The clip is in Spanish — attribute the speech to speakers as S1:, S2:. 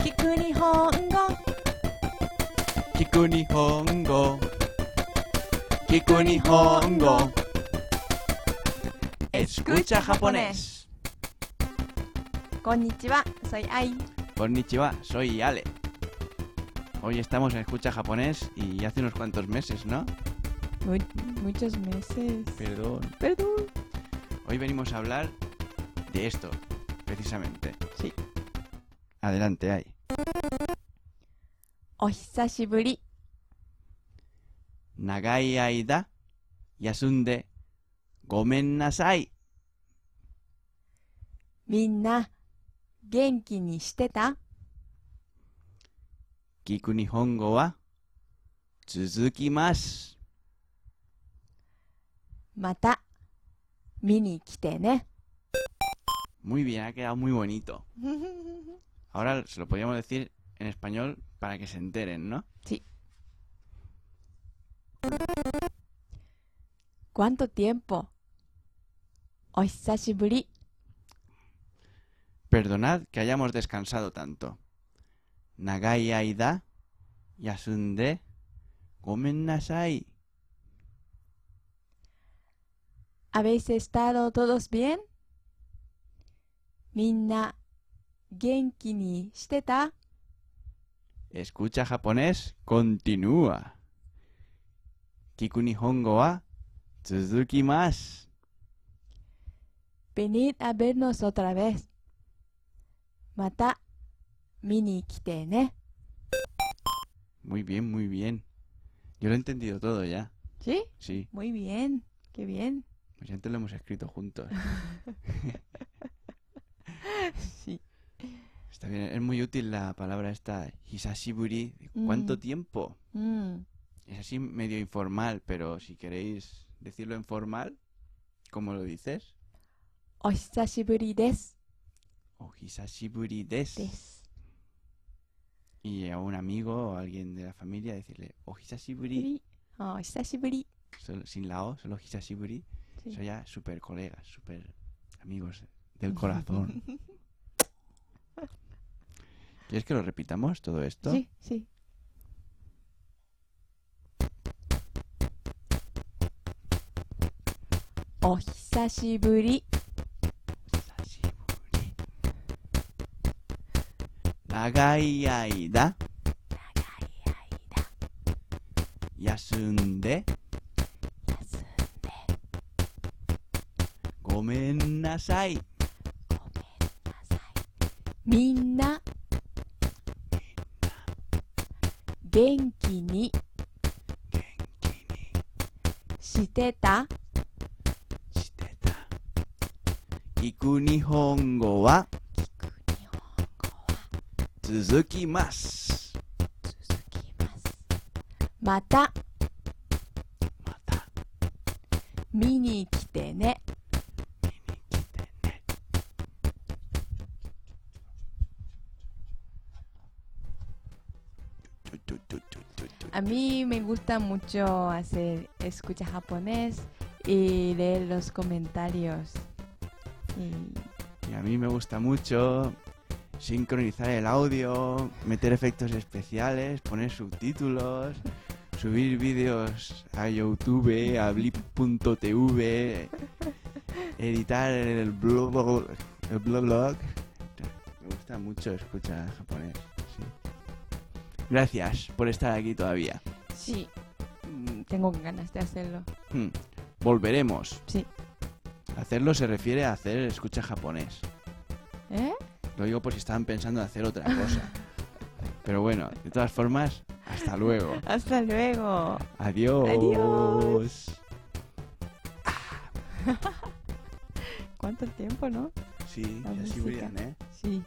S1: 聞く日本語
S2: 聞く日本語聞く日本語 Escucha japonés
S1: こんにちは、soy Ai
S2: Konnichiwa, soy Ale Hoy estamos en Escucha japonés y hace unos cuantos meses, ¿no?
S1: Mu- muchos meses
S2: Perdón
S1: Perdón
S2: Hoy venimos a hablar de esto, precisamente
S1: Sí.
S2: Adelante, Ai
S1: お久しぶり
S2: Nagai aida yasunde gomen nasai
S1: みんな元気にしてた
S2: Kiku nihongo wa tsuzukimasu
S1: また見に来て ね
S2: Muy bien, ha quedado muy bonito. Ahora se lo podríamos decir en español para que se enteren, ¿no?
S1: ¿Cuánto tiempo? お久しぶり
S2: Perdonad que hayamos descansado tanto. Nagai aida yasunde gomen nasai.
S1: ¿Habéis estado todos bien? みんな元気にしてた
S2: Escucha japonés, continúa. Kiku nihongo wa tsuzukimasu.
S1: Venid a vernos otra vez. また見に来てね。
S2: Muy bien, muy bien. Yo lo he entendido todo ya.
S1: ¿Sí?
S2: Sí,
S1: Muy bien. Qué bien.
S2: pues antes lo hemos escrito juntos.
S1: Sí.
S2: Está bien, es muy útil la palabra esta hisashiburi. ¿Cuánto
S1: Mm.
S2: tiempo?
S1: Mm.
S2: Es así medio informal, pero si queréis decirlo en formal, ¿cómo lo dices?
S1: お久しぶりです。
S2: O hisashiburi des.
S1: です。
S2: Y a un amigo o a alguien de la familia decirle o hisashiburi,
S1: お久しぶり。
S2: solo- sin la o, solo hisashiburi.
S1: Sí.
S2: Son ya super colegas, super amigos del corazón. ¿Quieres que lo repitamos todo esto?
S1: Sí, sí. お久しぶり。
S2: Hisashiburi. Nagai
S1: 長い
S2: aida
S1: 間
S2: yasunde
S1: 休んでごめ
S2: gomen nasai.
S1: んなさい。みんな元気にしてた
S2: Shiteta. Kiku nihongo wa
S1: 聞く日本語は
S2: tsuzukimasu.
S1: 続きます。また
S2: Mata
S1: 見に来てね。
S2: kite ne. Tu, tu, tu, tu, tu, tu.
S1: A mí me gusta mucho hacer escucha japonés y leer los comentarios. Y
S2: Y a mí me gusta mucho sincronizar el audio, meter efectos especiales, poner subtítulos, subir vídeos a YouTube, a blip.tv, editar el blog, el blog, blog. Me gusta mucho escuchar japonés. sí. Gracias por estar aquí todavía.
S1: sí, mm, tengo ganas de hacerlo.
S2: Hmm. Volveremos.
S1: Sí.
S2: Hacerlo se refiere a hacer escucha japonés.
S1: ¿Eh?
S2: Lo digo por si estaban pensando en hacer otra cosa. Pero bueno, de todas formas, hasta luego.
S1: Hasta luego.
S2: Adiós.
S1: Adiós. ¿Cuánto tiempo, no?
S2: Sí,
S1: La
S2: y así
S1: música.
S2: brillan, ¿eh?
S1: Sí.